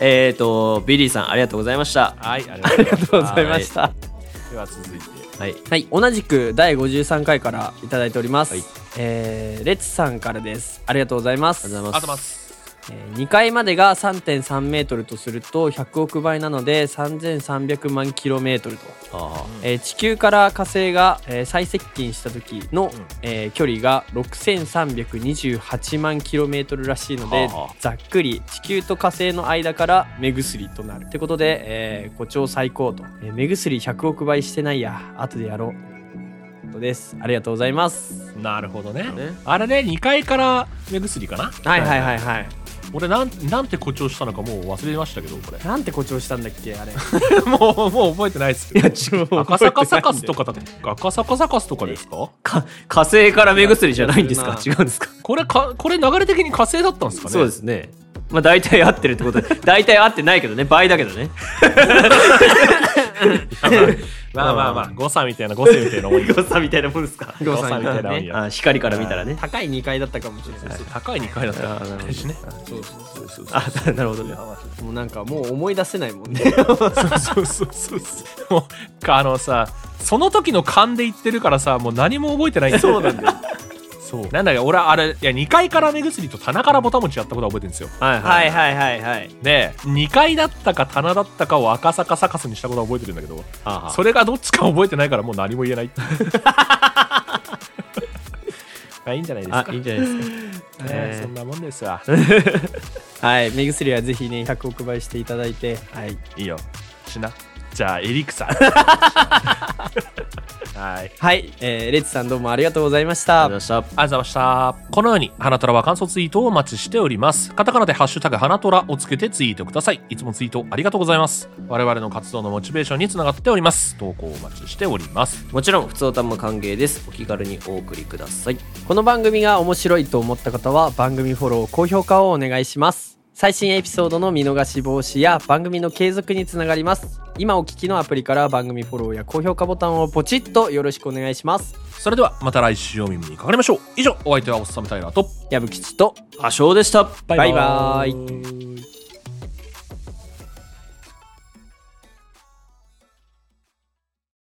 [SPEAKER 1] えーとビリーさんありがとうございました
[SPEAKER 3] はい、ありがとうござ
[SPEAKER 2] ご
[SPEAKER 3] います。
[SPEAKER 2] ざいました
[SPEAKER 3] では続いて。
[SPEAKER 1] はい
[SPEAKER 2] はい、同じく第53回からいただいております。
[SPEAKER 1] はい
[SPEAKER 2] えーレッツさんからです。ありがとうございます。
[SPEAKER 1] ありがとうござ
[SPEAKER 3] あ
[SPEAKER 1] い
[SPEAKER 3] ざ
[SPEAKER 1] ま
[SPEAKER 3] ますす。
[SPEAKER 2] えー2階までが3.3メートルとすると100億倍なので3300万キロメートルと、
[SPEAKER 1] あ
[SPEAKER 2] えー地球から火星が、えー最接近した時の、えー距離が6328万キロメートルらしいので
[SPEAKER 1] はあはあ
[SPEAKER 2] ざっくり地球と火星の間から目薬となるってことで、えー誇張最高と、えー目薬100億倍してないや後でやろうことですありがとうございます
[SPEAKER 3] なるほどね
[SPEAKER 1] ね。
[SPEAKER 3] あれね、2階から目薬かな。
[SPEAKER 2] はいはいはいはい
[SPEAKER 3] 俺なん、なんて誇張したのかもう忘れましたけど、これ。
[SPEAKER 2] なんて誇張したんだっけ あれ
[SPEAKER 3] もう、もう覚えてないですよ。 赤坂サカスと
[SPEAKER 2] か
[SPEAKER 3] かだって、赤坂サカスとかですか
[SPEAKER 1] か火星から目薬じゃないんですか
[SPEAKER 2] い
[SPEAKER 1] 違うんですか
[SPEAKER 3] これか、これ流れ的に火星だったんですかね
[SPEAKER 1] そうですねまあ大体合ってるってことで大体合ってないけどね倍だけどね
[SPEAKER 3] まあまあ まあ、誤差みたいな、誤差みたいな思いが。
[SPEAKER 1] 誤差みたいなもんですか
[SPEAKER 3] 誤差みたいなもん
[SPEAKER 1] ね
[SPEAKER 3] や。
[SPEAKER 1] あ光から見たらね
[SPEAKER 2] 高い2階だったかもしれない
[SPEAKER 3] 高い2階だったら、ね。
[SPEAKER 2] そうそうそうそう
[SPEAKER 1] あなるほど ね
[SPEAKER 2] もうなんかもう思い出せないもんね
[SPEAKER 3] そうそうそうそう。もう、かあのさ、その時の勘で言ってるからさ、もう何も覚えてないんだそうなんだよ。そう。なんだよ、俺、あれ、いや、2階から目薬と棚からボタン持ちやったことは覚えてるんですよ。
[SPEAKER 1] はい
[SPEAKER 2] はい
[SPEAKER 1] はいはいはい
[SPEAKER 3] で、2階だったか棚だったかを赤坂サカスにしたことは覚えてるんだけど、それがどっちか覚えてないからもう何も言え ない。まあいいんじゃないですか。
[SPEAKER 1] あいいんじゃないですか
[SPEAKER 3] ねそんなもんですわ。
[SPEAKER 2] はい目薬はぜひね100億倍していただいてはい
[SPEAKER 3] いいよ。しな。じゃあ、エリク サ。はい。
[SPEAKER 2] はい、えー、レッツさんどうもありがとうございまし
[SPEAKER 1] あり
[SPEAKER 2] た
[SPEAKER 1] がとうございました
[SPEAKER 3] ありがとうございました。このように、花虎は感想ツイートをお待ちしております。カタカナでハッシュタグ花虎をつけてツイートください。いつもツイートありがとうございます。我々の活動のモチベーションにつながっております。投稿をお待ちしております。
[SPEAKER 1] もちろん普通歌も歓迎ですお気軽にお送りください
[SPEAKER 2] この番組が面白いと思った方は番組フォロー高評価をお願いします最新エピソードの見逃し防止や番組の継続につながります今お聞きのアプリから番組フォローや高評価ボタンをポチッとよろしくお願いします
[SPEAKER 3] それでは、また来週お耳にかかりましょう。以上、お相手はおっさめタイラーと、
[SPEAKER 2] 矢吹吉と
[SPEAKER 1] あしょうでした
[SPEAKER 2] バイバーイ
[SPEAKER 3] イ